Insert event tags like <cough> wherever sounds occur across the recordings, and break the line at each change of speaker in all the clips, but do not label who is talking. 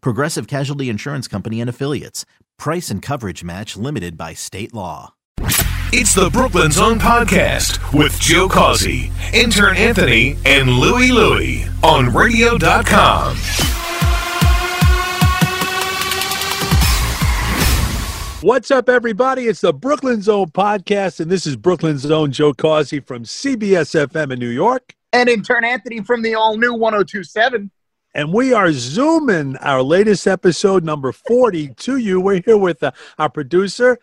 Progressive Casualty Insurance Company and Affiliates. Price and coverage match limited by state law.
It's the Brooklyn Zone Podcast with Joe Causey, intern Anthony, and Louie Louie on radio.com.
What's up, everybody? It's the Brooklyn Zone Podcast, and this is Brooklyn Zone Joe Causey from CBS FM in New York.
and intern Anthony from the oh all new 1027.
And we are zooming our latest episode, number 40, to you. We're here with uh, our producer,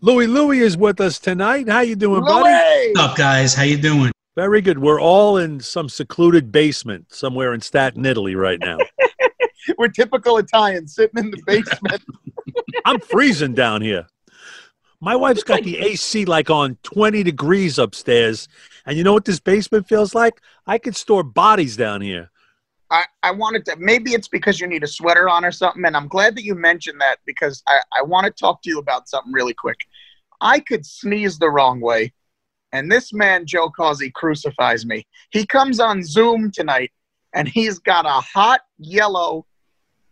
Louie Louie, is with us tonight. How you doing, buddy?
Louis!
What's up, guys? How you doing?
Very good. We're all in some secluded basement somewhere in Staten, Italy right now.
We're typical Italians
<laughs>
sitting in the basement.
I'm freezing down here. My wife's got the AC like on 20 degrees upstairs. And you know what this basement feels like? I could store bodies down here.
I, I wanted to, maybe it's because you need a sweater on or something. And I'm glad that you mentioned that because I, I want to talk to you about something really quick. I could sneeze the wrong way, and this man, Joe Causey, crucifies me. He comes on Zoom tonight, and he's got a hot yellow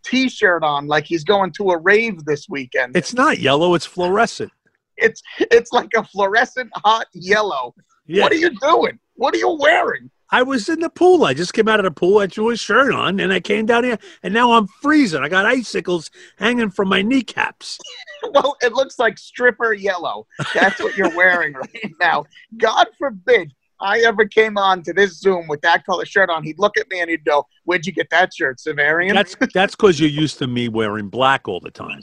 t shirt on like he's going to a rave this weekend.
It's not yellow, it's fluorescent.
it's, it's like a fluorescent hot yellow.
Yeah.
What are you doing? What are you wearing?
I was in the pool. I just came out of the pool. I threw a shirt on and I came down here and now I'm freezing. I got icicles hanging from my kneecaps.
<laughs> Well, it looks like stripper yellow. That's what you're wearing right now. God forbid I ever came on to this Zoom with that color shirt on. He'd look at me and he'd go, Where'd you get that shirt, Severian?
That's that's because you're used to me wearing black all the time.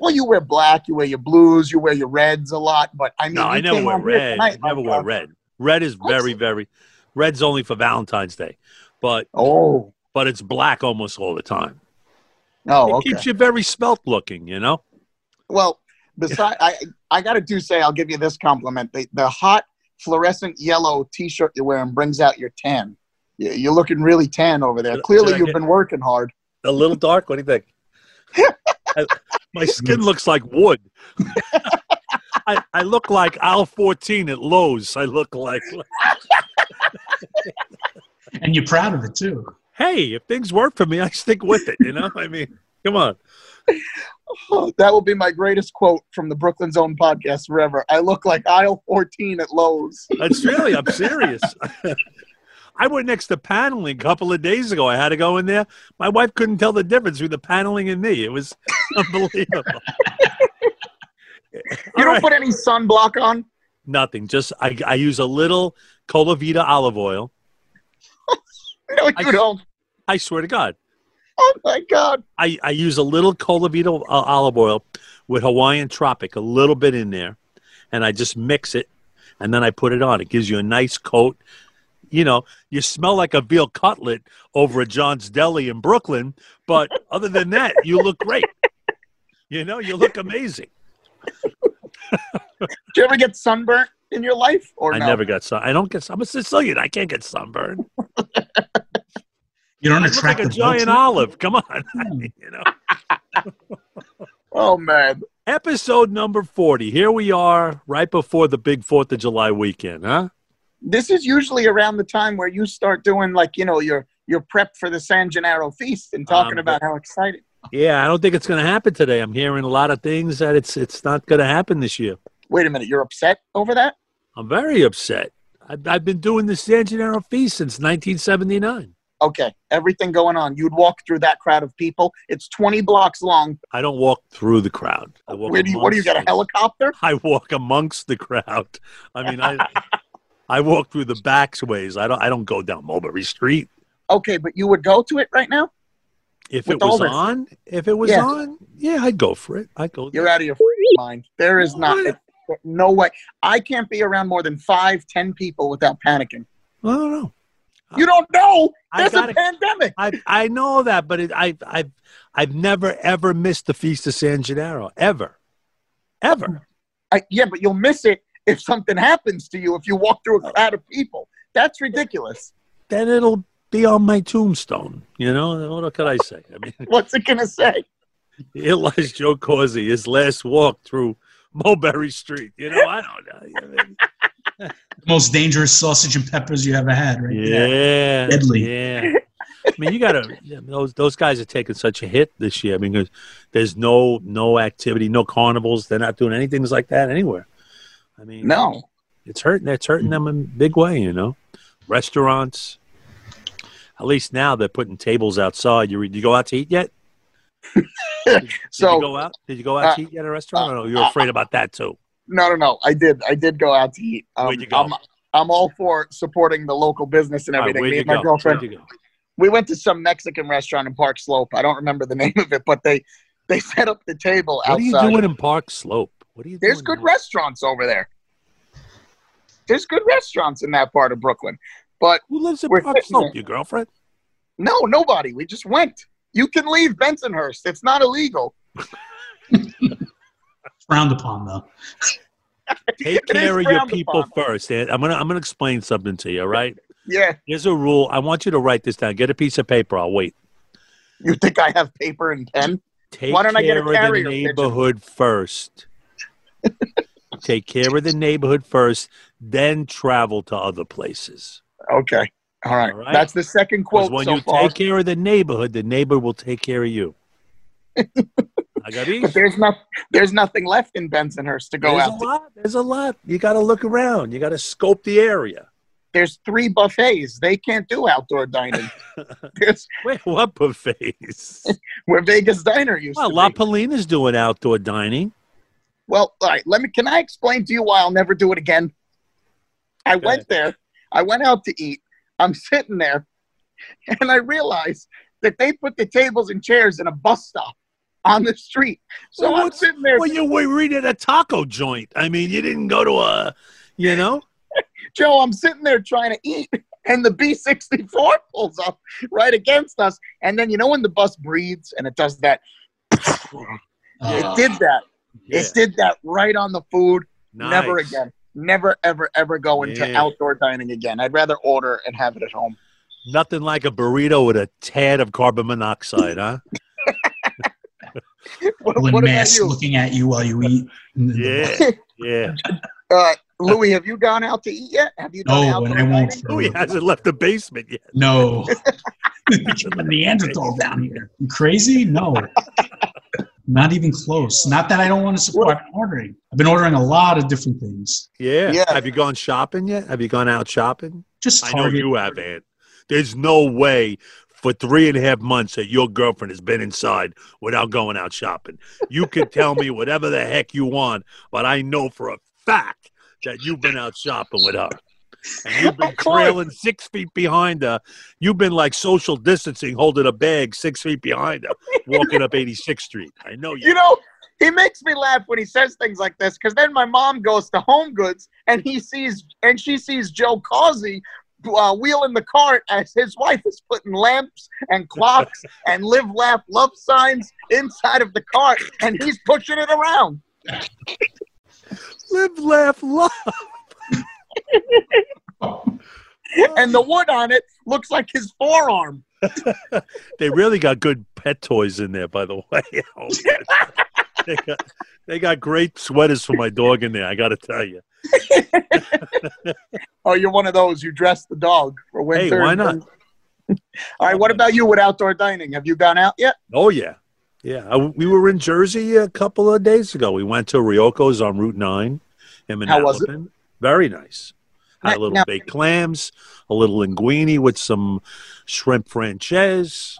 well, you wear black, you wear your blues, you wear your reds a lot, but I mean,
No,
you
I never
came
wear
on here
red.
tonight,
I never
like,
wear
uh,
red. Red is
What's-
very, very red's only for Valentine's Day. But
Oh,
but it's black almost all the time.
no,
It
Oh, okay.
keeps you very spelt looking, you know? <laughs>
Well, besides, I, I got to do say, I'll give you this compliment. The, the hot fluorescent yellow t shirt you're wearing brings out your tan. You- You're looking really tan over there.
Did-
Clearly,
did I
you've
get-
been working hard. <gasps>
A little dark? What do you think? I- my skin looks like wood. <laughs> I, I look like Al 14 at Lowe's. I look like,
And you're proud of it too.
hey, if things work for me, I stick with it. You know, I mean, come on.
Oh, that will be my greatest quote from the Brooklyn Zone podcast forever. I look like aisle 14 at
<laughs>
Lowe's.
It's really, I'm serious. <laughs> I went next to paneling a couple of days ago. I had to go in there. My wife couldn't tell the difference between the paneling and me. It was <laughs> unbelievable.
You
All
don't
right.
put any sunblock on? <laughs>
Nothing. Just I, I use a little Cola Vita olive oil.
No, you
I-
don't.
I swear to God.
Oh my God.
I, I use a little Cola Vita uh, olive oil with Hawaiian Tropic, a little bit in there, and I just mix it, and then I put it on. It gives you a nice coat. You know, you smell like a veal cutlet over at John's Deli in Brooklyn,
<laughs>
but other than that, you look great. You know, you look amazing.
Do you ever get sunburnt in your life? Or
I
no?
never got sun. I don't get. sun- I'm a Sicilian. I can't get sunburned.
You don't
I look
attract
like a
the
giant
vulture.
olive. Come on, <laughs>
Hmm.
you know.
Oh man.
Episode number forty. Here we are, right before the big Fourth of July weekend, huh?
This is usually around the time where you start doing like, you know, your your prep for the San Gennaro feast and talking
Um,
about how excited.
Yeah, I don't think it's going to happen today. I'm hearing a lot of things that it's it's not going to happen this year.
Wait a minute, you're upset over that?
I'm very upset. I've, I've been doing the San Gennaro feast since 1979.
okay, everything going on. You'd walk through that crowd of people. It's 20 blocks long.
I don't walk through the crowd. I walk
Where do you, what do you
amongst
got, a
it.
helicopter?
I walk amongst the crowd. I mean, I I walk through the back ways. I don't I don't go down Mulberry Street.
Okay, but you would go to it right now?
If
With
it was
all this.
on, if it was
Yeah.
on, yeah, I'd go for it. I'd go.
You're out of your mind. There is not, no way. I can't be around more than five, ten people without panicking.
I don't know.
You don't know.
Uh, I
There's a
gotta-
pandemic.
I I know that, but it, I I've I've never ever missed the Feast of San Gennaro ever, ever.
I, yeah, but you'll miss it if something happens to you if you walk
Oh.
through a crowd of people. That's
<laughs>
ridiculous.
Then it'll be on my tombstone. You know what could I say? I mean, <laughs>
What's it gonna say?
here lies Joe Causey, his last walk through Mulberry Street. You know, I don't know.
The most dangerous sausage and peppers you ever had, right? there.
Yeah,
Deadly.
Yeah. I mean, you gotta. I mean, those those guys are taking such a hit this year. I mean, there's, there's no no activity, no carnivals. They're not doing anything like that anywhere. I mean,
No.
it's hurting. It's hurting them in a big way. You know, restaurants. At least now they're putting tables outside. You did you go out to eat yet? did you
So uh,
go out? Did you go out to eat yet at a restaurant? Or no, you're afraid about that too.
no, no, no. I did. I did go out to eat. Um,
Where'd you go?
I'm, I'm all for supporting the local business and
All right,
everything.
where'd
Me
you
and my
go?
girlfriend.
Where'd you go?
we went to some Mexican restaurant in Park Slope. I don't remember the <laughs> name of it, but they they set up the table
What are you
outside.
doing in Park Slope? What are you?
There's
doing
good
there?
restaurants over there. There's good restaurants in that part of Brooklyn. But
Who lives in
We're
Park
sitting
Slope?
there.
Your girlfriend?
no, nobody. We just went. You can leave Bensonhurst. It's not illegal.
Frowned upon, though.
Take
<laughs> It is
care of your
frowned
people
upon.
first. Ed. I'm gonna I'm gonna explain something to you. All right.
Yeah.
Here's a rule. I want you to write this down. Get a piece of paper. I'll wait.
You think I have paper and pen?
Take
Why don't I get
care
a
of the
carrier pigeon?
neighborhood
<laughs>
first. Take care of the neighborhood first, then travel to other places.
Okay. All right.
All right.
That's the second
'Cause
quote
when
so
you
far.
take care of the neighborhood, the neighbor will take care of
<laughs>
you. I got
But
these.
there's not there's nothing left in Bensonhurst to go
There's
out
a
to.
lot. There's a lot. You got to look around. You got to scope the area. <laughs>
There's three buffets. They can't do
<laughs>
outdoor dining. there's
Wait, what
<laughs>
buffets?
where Vegas Diner used
well,
to
La
be.
Polina's doing outdoor dining.
Well, all right. Let me. Can I explain to you why I'll never do it again? I
Go
went there. I went out to eat. I'm <laughs> sitting there, and I realize that they put the tables and chairs in a bus stop on the street. So
Well,
I'm
what's-
sitting there.
Well, you were eating a taco joint. I mean, you didn't go to a, you know.
Joe, I'm sitting there trying to eat, <laughs> and the B64 pulls up right against us. And then you know when the bus breathes and it does that?
Uh,
Ah,
It did that. It did that right on the food. Never
Nice.
again. Never, ever, ever go into
Yeah.
outdoor dining again. I'd rather order and have it at home. <laughs>
Nothing like a burrito with a tad of carbon monoxide, huh?
What,
One
what about
mask
you,
looking at you while you eat.
Yeah, yeah.
uh, Louis? Have you gone out to eat yet? Have you done
No,
outdoor
and I won't.
dining?
Oh, he hasn't left the basement yet. <laughs>
No. I'm a Neanderthal down here. You crazy? No. Not even close. Not that I don't want to support. I've been ordering. I've been ordering a lot of different things.
Yeah.
Yeah.
Have you gone shopping yet? Have you gone out shopping?
Just
I know
Target.
you have, Ant. There's no way for three and a half months that your girlfriend has been inside without going out shopping. You can tell me whatever the heck you want, but I know for a fact that you've been out shopping with her. And you've been
Of course.
trailing six feet behind her. You've been like social distancing, holding a bag six feet behind her, walking up 86th Street. I know you.
You know, he makes me laugh when he says things like this because then my mom goes to Home Goods and he sees and she sees Joe Causey. Uh, wheeling the cart as his wife is putting lamps
<laughs>
and clocks and live, laugh, love signs inside of the cart, and he's pushing it around.
Live, laugh, love.
<laughs> and the wood on it looks like his forearm.
They really got good pet toys in there, by the way. <laughs> Oh, man. they, got, they got great sweaters for my dog in there. I got to tell you.
Oh, you're one of those. You dress the dog for
Hey,
winter.
why not?
<laughs> All right. What about you with outdoor dining? Have you gone out yet?
Oh yeah, yeah. I, we were in Jersey a couple of days ago. We went to Ryoko's on Route Nine. in
How was it?
Manalapan. Very nice. I had
Now-
a little
now-
baked clams, a little linguine with some shrimp franchise.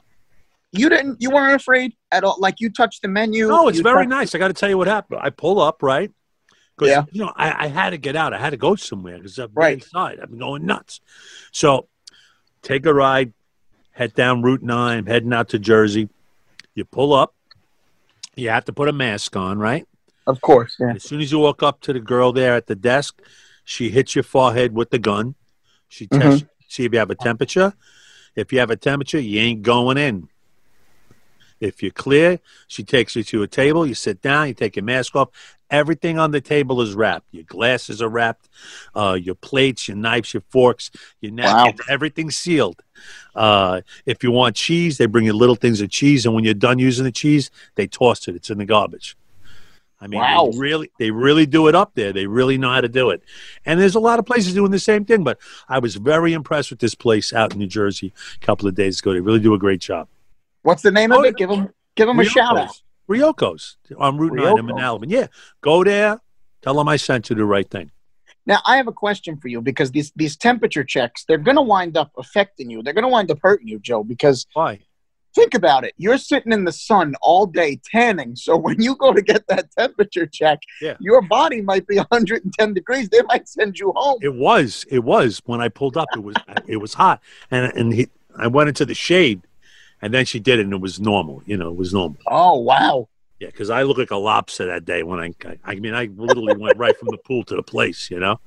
You didn't. You weren't afraid at all. Like you touched the menu.
No, it's
you
very
touched-
nice. I got to tell you what happened. I pull up, right? 'Cause,
Yeah.
You know, I, I had to get out. I had to go somewhere because I've been
Right.
inside. I've been going nuts. So take a ride, head down Route 9, heading out to Jersey. You pull up. You have to put a mask on, right?
Of course. Yeah.
As soon as you walk up to the girl there at the desk, she hits your forehead with the gun. She tests you to see if you have a temperature. If you have a temperature, you ain't going in. If you're clear, she takes you to a table. You sit down. You take your mask off. Everything on the table is wrapped. Your glasses are wrapped. Uh, your plates, your knives, your forks, your napkins. Everything's sealed. Uh, if you want cheese, they bring you little things of cheese, and when you're done using the cheese, they toss it. It's in the garbage. I mean,
Wow.
they really, they really do it up there. They really know how to do it. And there's a lot of places doing the same thing, but I was very impressed with this place out in New Jersey a couple of days ago. They really do a great job.
What's the name
Oh,
of it? Give them. Give them a shout out.
Ryoko's on Route 9 in
Ryoko's.
Manalapan. Yeah, go there. Tell them I sent you the right thing.
Now I have a question for you because these these temperature checks they're going to wind up affecting you. They're going to wind up hurting you, Joe. Because
Why?
think about it, you're sitting in the sun all day tanning. So when you go to get that temperature check,
Yeah.
your body might be 110 degrees. They might send you home.
It was. It was when I pulled up. It was. <laughs> it was hot, and and he, I went into the shade, and then she did it, and it was normal. You know, it was normal.
Oh wow!
Yeah, because I look like a lobster that day when I, I. I mean, I literally went right from the pool to the place. You know,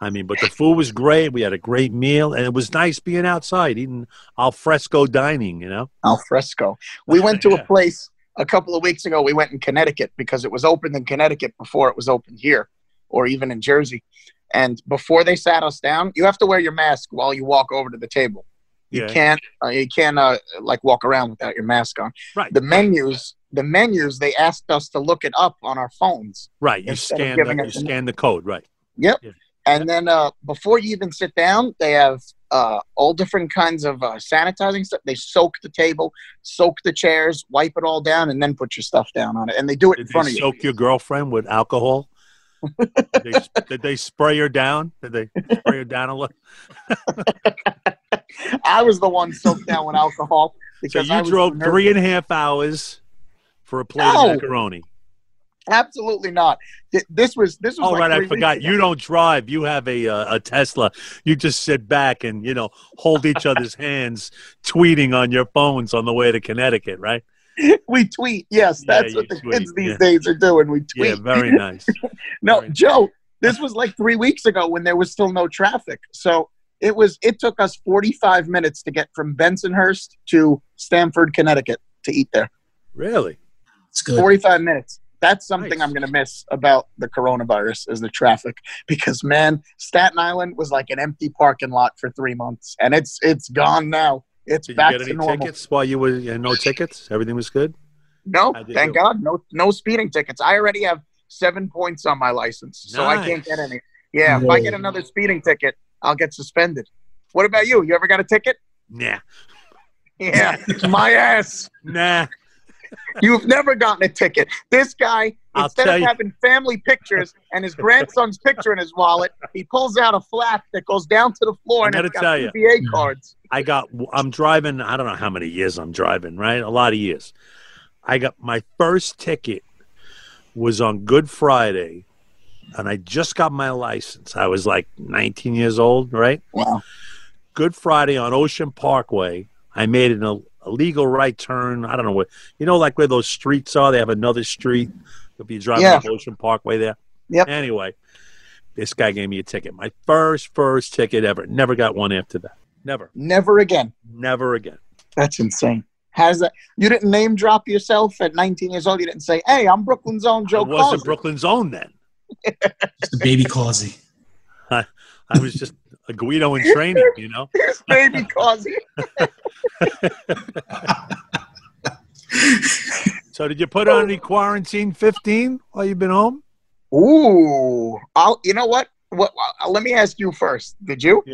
I mean, but the food was great. We had a great meal, and it was nice being outside eating al fresco dining. You know,
Al fresco. We went to
Yeah.
a place a couple of weeks ago. We went in Connecticut because it was opened in Connecticut before it was opened here, or even in Jersey. And before they sat us down, you have to wear your mask while you walk over to the table.
yeah,
You can't uh, you can't uh, like walk around without your mask on.
right,
The menus, the menus, they asked us to look it up on our phones.
right. You
instead of
scan,
giving
the, you
us the-
scan the code, right?
And then uh, before you even sit down, they have uh, all different kinds of uh, sanitizing stuff. They soak the table, soak the chairs, wipe it all down, and then put your stuff down on it. And they do it in
Did
front
they
of you.
soak your girlfriend with alcohol? did, they, did they spray her down? Did they spray her down a little?
I was the one soaked down with alcohol
<laughs> So
because I
you
was
drove
nervous.
three and a half hours for a plate
No.
of macaroni.
Absolutely not. Th- This was this was.
All
like
Oh, right,
three
I
weeks
forgot.
ago.
You don't drive. You have a uh, a Tesla. You just sit back and you know hold each
<laughs>
other's hands, tweeting on your phones on the way to Connecticut, right?
<laughs> we tweet. Yes,
Yeah,
that's
you
what the
tweet,
kids these
yeah.
days are doing. We tweet.
Yeah, very
<laughs>
nice.
No,
Right.
Joe, this was like three weeks ago when there was still no traffic. So it was it took us forty five minutes to get from Bensonhurst to Stamford, Connecticut to eat there.
Really?
It's good.
Forty five minutes. That's something
Nice.
I'm gonna miss about the coronavirus is the traffic. Because man, Staten Island was like an empty parking lot for three months and it's it's gone now. It's
Did you
back
get
to
any
normal.
tickets while you were you no tickets? Everything was good.
No,
I did
thank
too.
God. No no speeding tickets. I already have seven points on my license, so I can't get
Nice.
any. Yeah, if I get
Whoa.
another speeding ticket, I'll get suspended. What about you? You ever got a ticket? <laughs>
Nah,
Yeah, my ass.
nah.
You've never gotten a ticket. This guy,
I'll
instead
tell
of
you-
having family pictures and his grandson's picture in his wallet, he pulls out a flap that goes down to the floor
I
and
gotta
it's got
tell you.
PVA cards.
I got. I'm driving. I don't know how many years I'm driving. Right, a lot of years. I got my first ticket was on Good Friday, and I just got my license. I was like 19 years old, right?
Wow.
Good Friday on Ocean Parkway. I made an ill- illegal right turn. I don't know what you know, like where those streets are. They have another street. If you drive
Yeah.
up Ocean Parkway there.
Yep.
Anyway, this guy gave me a ticket. My first, first ticket ever. Never got one after that. Never,
Never again.
never again.
That's insane. How's that? You didn't name drop yourself at 19 years old. You didn't say, "Hey, I'm Brooklyn's own Joe
I wasn't
Causey."
Brooklyn's own then.
It's the baby causey.
I was just a Guido in training, you know.
Here's baby Causey.
So did you put on any quarantine fifteen while you've been home?
Ooh, I'll. You know what? What? uh, Let me ask you first. Did you?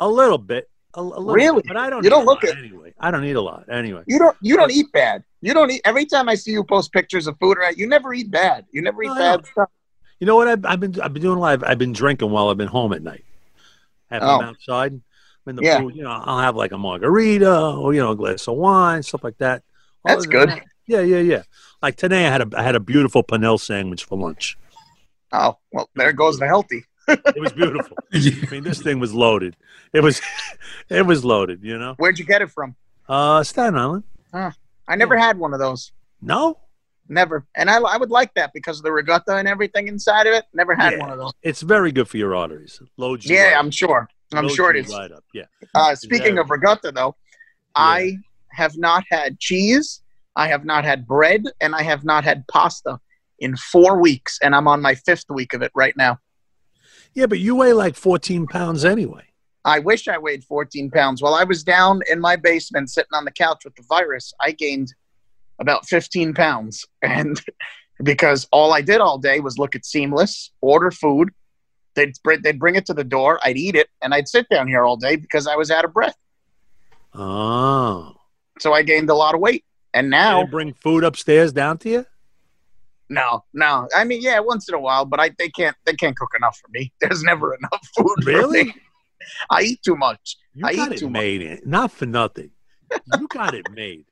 A little bit. A, a little
Really?
bit, but I don't.
You
need
don't
a
look
lot
it.
anyway. I don't need a lot anyway.
You don't. You don't eat bad. You don't eat. Every time I see you post pictures of food, right? You never eat bad. You never eat
No, I
bad stuff.
You know what? I've, I've been I've been doing a lot. I've, I've been drinking while I've been home at night. Have
Oh.
them outside. I'm in the
Yeah.
pool, you know, I'll have like a margarita or you know, a glass of wine, stuff like that. All
That's
of
good.
that. Yeah, yeah, yeah. Like today, I had a I had a beautiful panel sandwich for lunch.
Oh, well, there goes the healthy.
It was beautiful. I mean, this thing was loaded. It was, <laughs> it was loaded. You know,
Where'd you get it from?
uh, Staten Island.
I never had one of those.
No,
Never. And I, I would like that because of the regatta and everything inside of it. Never had
Yeah.
one of those.
it's very good for your arteries. It Loads. you
Yeah,
right-
I'm sure. I'm
loads
sure it
you
is.
Right up. Yeah.
Uh, speaking of regatta, though,
Yeah.
I have not had cheese, I have not had bread, and I have not had pasta in four weeks, and I'm on my fifth week of it right now.
Yeah, but you weigh like 14 pounds anyway.
I wish I weighed 14 pounds. While I was down in my basement sitting on the couch with the virus, I gained about 15 pounds. <laughs> And because all I did all day was look at Seamless, order food, they'd, br- they'd bring it to the door, I'd eat it, and I'd sit down here all day because I was out of breath.
Oh.
So I gained a lot of weight. And now,
They bring food upstairs down to you?
no, no. I mean, yeah, once in a while, but I, they can't they can't cook enough for me. <laughs> There's never enough food. for
Really?
me. I eat too much.
You
I
got
eat
it
too much.
made. It. Not for nothing. You got it made.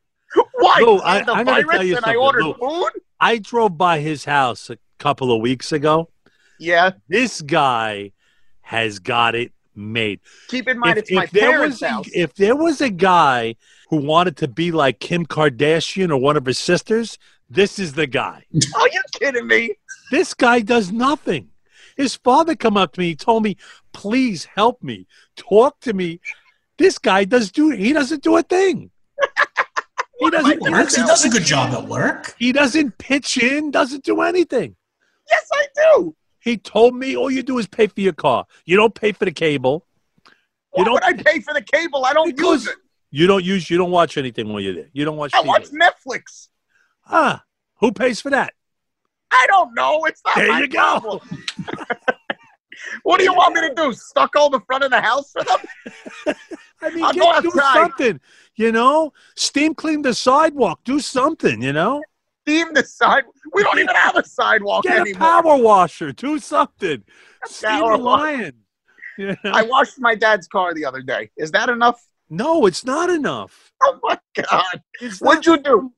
Why?
Lou,
I had
I-
the
I'm gonna
virus
tell you
and I
something,
ordered
Lou.
food?
I drove by his house a couple of weeks ago.
Yeah.
This guy has got it made.
Keep in mind, it's my
there
parents'
was a,
house.
if there was a guy who wanted to be like Kim Kardashian or one of her sisters, this is the guy.
Are you kidding me?
This guy does nothing. His father come up to me, he told me, "Please help me, talk to me." This guy does do. He doesn't do a
<laughs>
thing. He
He
doesn't. He
works. He
doesn't,
does a good job at work.
he doesn't pitch in. Doesn't do anything.
Yes, I do.
He told me, "All you do is pay for your car. You don't pay for the cable.
Why
You don't.
would I pay for the cable? I don't
Because-
use it.
you don't use. You don't watch anything while you're there. You don't watch
I
TV.
watch Netflix.
ah, who pays for that?
I don't know. It's not
There
my
you go.
problem. <laughs> what do you want me to do? Stuck all the front of the house for them?
I mean,
I'll go
get, do
outside.
something. You know, steam clean the sidewalk. Do something. You know."
Steam the side. We don't even have a sidewalk
Get a
anymore.
power washer. Do something. Steal
power
a
wa-
lion. You know?
I washed my dad's car the other day. Is that enough? <laughs>
no, it's not enough.
Oh my god!
It's
What'd
not-
you do?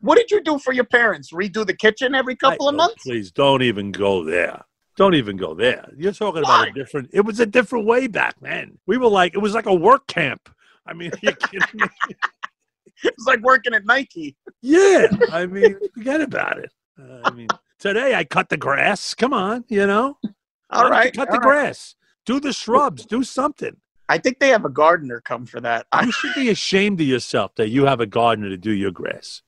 What did you do for your parents? Redo the kitchen every couple
I-
of
oh,
months?
Please don't even go there. Don't even go there. You're talking about
Why?
a different. It was a different way back then. We were like, it was like a work camp. I mean, <laughs> you kidding me?
It's like working at Nike.
yeah. I mean, forget about it. Uh, I mean, today I cut the grass. Come on, you know. Why
All
don't you
right,
cut
all
the
right.
grass. Do the shrubs. Do something.
I think they have a gardener come for that. I,
You should be ashamed of yourself that you have a gardener to do your grass.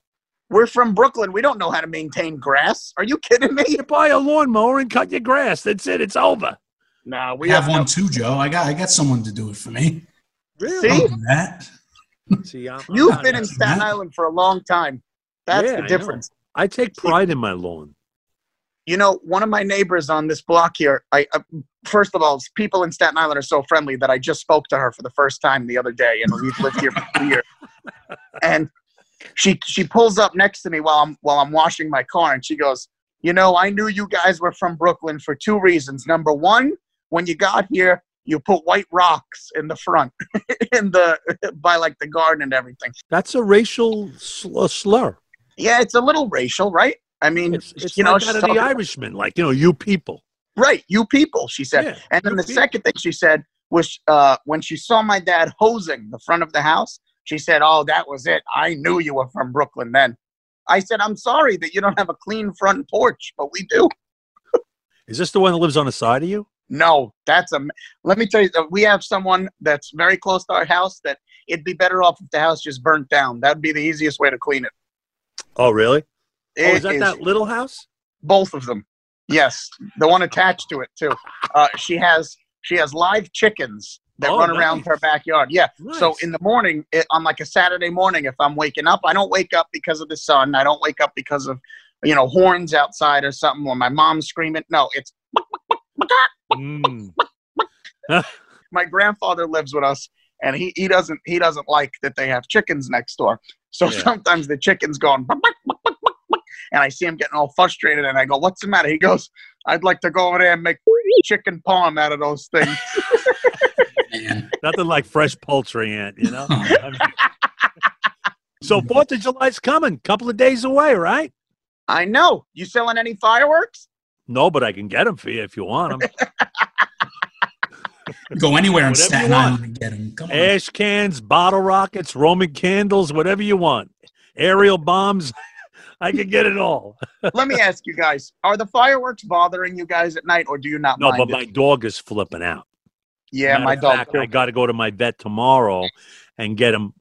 we're from Brooklyn. We don't know how to maintain grass. Are you kidding me?
<laughs>
You buy a lawnmower and cut your grass. That's it. It's over.
No, we
We have
no-
one too, Joe. I got I got someone to do it for me.
See?
I'll do that.
See, I'm- I'm
Oh, You've
not-
been in Staten
Yeah.
Island for a long time. That's
Yeah, I
the
know.
difference.
I take pride in my lawn.
You know, one of my neighbors on this block here. I uh, first of all, people in Staten Island are so friendly that I just spoke to her for the first time the other day, and we've lived here for two
<laughs>
years. And she she pulls up next to me while I'm while I'm washing my car, and she goes, "You know, I knew you guys were from Brooklyn for two reasons. Number one, when you got here." You put white rocks in the front, <laughs> in the <laughs> by like the garden and everything.
That's a racial sl- a slur.
Yeah, it's a little racial, right? I mean,
It's, it's
you know,
like
she's
that of the
talking-
Irishman, like you know, you people.
right? You people, she said.
Yeah,
and then
you
the
people.
second thing she said was uh, when she saw my dad hosing the front of the house, she said, "Oh, that was it. I knew you were from Brooklyn." Then I said, "I'm sorry that you don't have a clean front porch, but we do."
Is this the one that lives on the side of you?
No, that's a. Let me tell you, uh, we have someone that's very close to our house that it'd be better off if the house just burnt down. That'd be the easiest way to clean it.
Oh, really? Oh, is
It
that that little house?
both of them yes the one attached to it too uh, she has she has live chickens that
Oh,
run around
nice.
her backyard yeah so
Nice.
in the morning it, on like a saturday morning if i'm waking up i don't wake up because of the sun i don't wake up because of you know horns outside or something or my mom's screaming no it's
Mm.
my grandfather lives with us and he, he doesn't he doesn't like that they have chickens next door so
Yeah.
sometimes the chickens going "Buck, buck, buck, buck, buck, buck," and i see him getting all frustrated and i go what's
<laughs>
the matter he goes i'd like to go over there and make chicken palm out of those things
man.
Nothing like fresh poultry, Aunt. You
<laughs>
know. I mean- so Fourth of July's coming, couple of days away, right?
I know. You selling any fireworks?
No, but I can get them for you if you want
<laughs>
them.
Go anywhere
Whatever
in
you
Staten
want.
Island and get him. Come on.
Ash cans, bottle rockets, Roman candles, whatever you want. Aerial bombs. <laughs> I can get it all.
Let me ask you guys: Are the fireworks bothering you guys at night, or do you not
No,
mind?
but
it?
my dog is flipping out.
yeah,
Matter
my
of
dog.
fact,
too.
I got to go to my vet tomorrow and get him.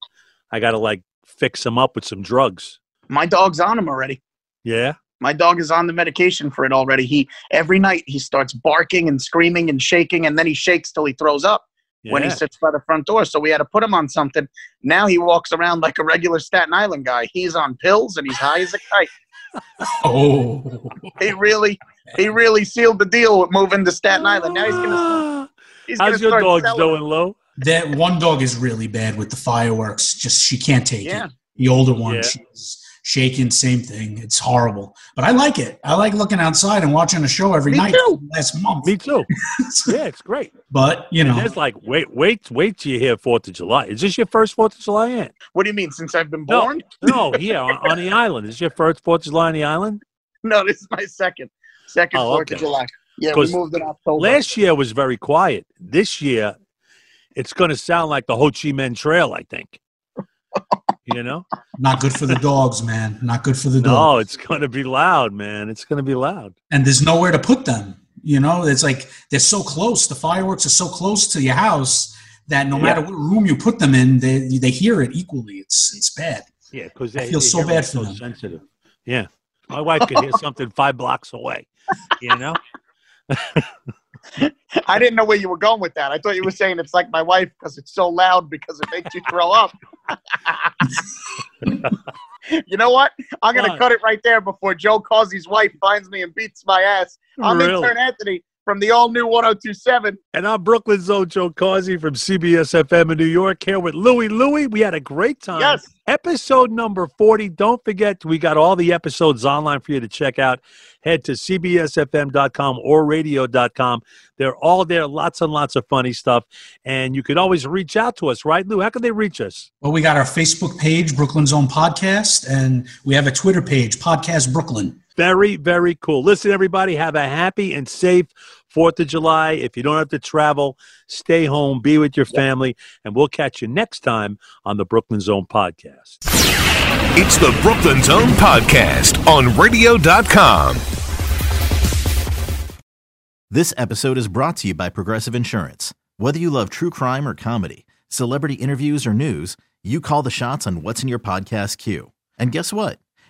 I got to like fix him up with some drugs.
my dog's on him already.
Yeah.
My dog is on the medication for it already. He every night he starts barking and screaming and shaking, and then he shakes till he throws up when he
Yeah.
sits by the front door. So we had to put him on something. Now he walks around like a regular Staten Island guy. He's on pills and he's high as a kite.
Oh,
He really, he really sealed the deal with moving to Staten Island. Now he's gonna.
Ah,
He's
How's
gonna
your
start
dog
selling
doing, Lou?
that one dog is really bad with the fireworks. Just she can't take
Yeah.
it. The older one,
Yeah.
she's shaking. Same thing. It's horrible. But I like it. I like looking outside and watching a show every
Me
night.
too.
for the Last month.
Me <laughs> too. Yeah, it's great.
but you
And
know,
it's like, wait, wait, wait till you hear Fourth of July. Is this your first Fourth of July? Aunt?
What do you mean? Since I've been
No.
born?
<laughs> No, here on, on the island. Is this your first Fourth of July on the island?
<laughs> No, this is my second, second
Oh,
Fourth of
okay.
July. Yeah, we
'Cause
moved in October.
Last year was very quiet. This year, it's going to sound like the Ho Chi Minh Trail, I think. You know?
not good for the dogs, man. Not good for the
<laughs>
dogs.
No, it's going to be loud, man. It's going to be loud.
and there's nowhere to put them. You know, it's like they're so close. The fireworks are so close to your house that no
Yeah.
matter what room you put them in, they they hear it equally. It's it's bad.
Yeah, because
I feel so bad for them.
Sensitive. Yeah, my wife could hear something five blocks away. You know?
I didn't know where you were going with that. I thought you were saying it's like my wife because it's so loud because it makes you throw
<laughs>
up. you know what? I'm gonna
What?
cut it right there before Joe Causey's wife finds me and beats my ass. I'm
Really.
intern Anthony from the all new 1027.
And I'm Brooklyn Zone Joe Causey from CBS FM in New York here with Louie. Louie, we had a great time.
Yes.
Episode number 40. Don't forget, we got all the episodes online for you to check out. Head to cbsfm.com or radio.com. They're all there. Lots and lots of funny stuff. And you can always reach out to us, right, Lou? How can they reach us?
Well, we got our Facebook page, Brooklyn Zone Podcast, and we have a Twitter page, Podcast Brooklyn.
Very, very cool. Listen, everybody, have a happy and safe 4th of July. If you don't have to travel, stay home, be with your family, and we'll catch you next time on the Brooklyn Zone Podcast.
It's the Brooklyn Zone Podcast on radio.com.
This episode is brought to you by Progressive Insurance. Whether you love true crime or comedy, celebrity interviews or news, you call the shots on what's in your podcast queue. And guess what?